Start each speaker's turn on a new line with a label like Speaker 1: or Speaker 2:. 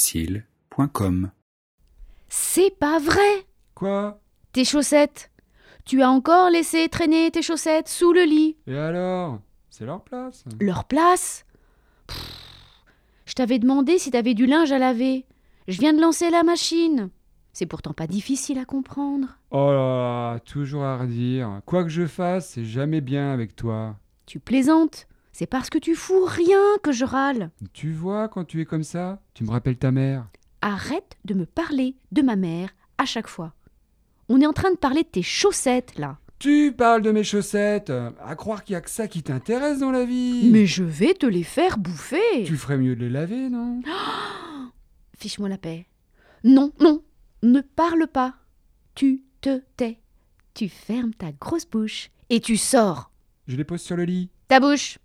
Speaker 1: podcastfrancaisfacile.com
Speaker 2: C'est pas vrai
Speaker 3: Quoi
Speaker 2: Tes chaussettes Tu as encore laissé traîner tes chaussettes sous le lit
Speaker 3: Et alors C'est leur place.
Speaker 2: Leur place Pff, Je t'avais demandé si t'avais du linge à laver. Je viens de lancer la machine. C'est pourtant pas difficile à comprendre.
Speaker 3: Oh là là, toujours à redire. Quoi que je fasse, c'est jamais bien avec toi.
Speaker 2: Tu plaisantes. C'est parce que tu fous rien que je râle.
Speaker 3: Tu vois, quand tu es comme ça, tu me rappelles ta mère.
Speaker 2: Arrête de me parler de ma mère à chaque fois. On est en train de parler de tes chaussettes, là.
Speaker 3: Tu parles de mes chaussettes À croire qu'il y a que ça qui t'intéresse dans la vie
Speaker 2: Mais je vais te les faire bouffer.
Speaker 3: Mmh. Tu ferais mieux de les laver, non
Speaker 2: Fiche-moi la paix. Non, non, ne parle pas. Tu te tais. Tu fermes ta grosse bouche et tu sors.
Speaker 3: Je les pose sur le lit.
Speaker 2: Ta bouche.